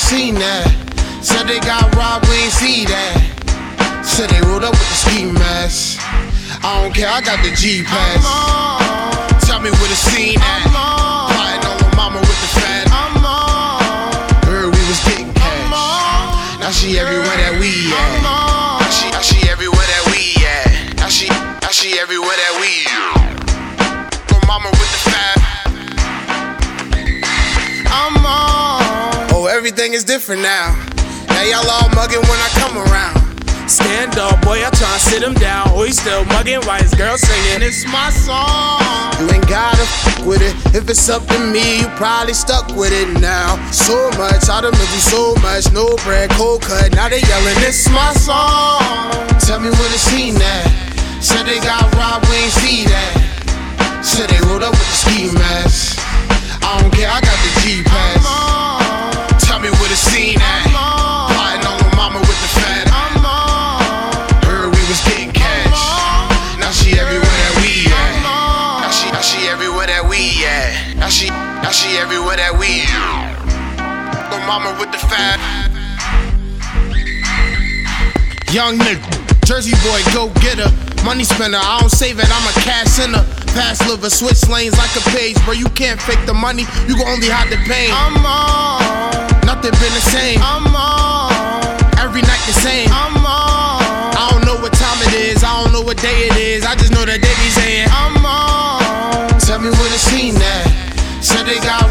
seen that. Said they got robbed, we ain't see that. Said they rolled up with the ski mask. I don't care, I got the G pass. Tell me where the scene at. Riding on my mama with the fan. Heard we was getting cash. Now she everywhere that we at. Now she, now she everywhere that we at. Now she, now she everywhere that we at. My mama with the fan. I'm on. Oh, everything is different now. Now y'all all mugging when I come around. Stand up, boy, I try to sit him down. Oh, he still mugging while his girl singing. It's my song. You ain't gotta f with it. If it's up to me, you probably stuck with it now. So much, I done been through so much. No bread, cold cut. Now they yelling, it's my song. Tell me where the scene at. Said they got robbed, we ain't see that. Said they rolled up with the ski mask. I don't care, I got the G pass. Tell me where the scene at. Riding on my mama with the fat. she everywhere that we at. Now she, now she everywhere that we at. Now she, now she everywhere that we at. Go mama with the fat. Young nigga, Jersey boy, go get her. Money spender, I don't save it, I'm a cash sender. Pass liver, switch lanes like a page, bro. You can't fake the money, you can only hide the pain. I'm on. Nothing been the same. I'm on. Every night the same. I'm on. I don't know what time it is, I don't know what day it is. I just know that they be saying, I'm on. Tell me where the scene at. Said they got